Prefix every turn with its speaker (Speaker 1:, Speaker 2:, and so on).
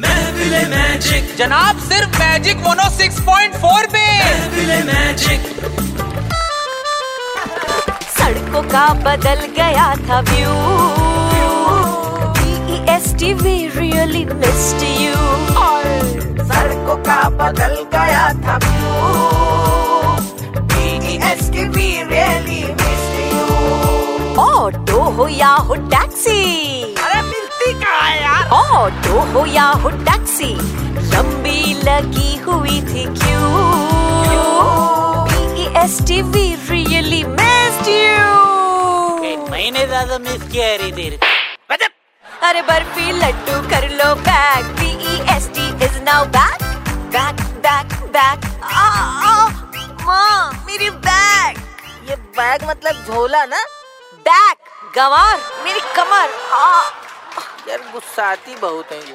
Speaker 1: महफिले magic
Speaker 2: जनाब सिर्फ magic mono 6.4 पे
Speaker 1: महफिले मैजिक
Speaker 3: सड़कों का बदल गया था E view S T V really missed you
Speaker 4: सड़कों का बदल गया था एस की भी रियली मिस यू
Speaker 3: ऑटो हो या हो टैक्सी
Speaker 4: अरे मिलती कहाँ है यार
Speaker 3: ऑटो हो या हो टैक्सी लंबी लगी हुई थी E Q S T V really missed you
Speaker 4: मैंने ज्यादा मिस किया है रे देर गजब
Speaker 3: अरे बर्फी लड्डू कर लो E back PE S T is now back back back back आ, आ, माँ मेरी बैग ये बैग मतलब झोला ना बैक गवार मेरी कमर आ
Speaker 4: यार गुस्साती बहुत है ये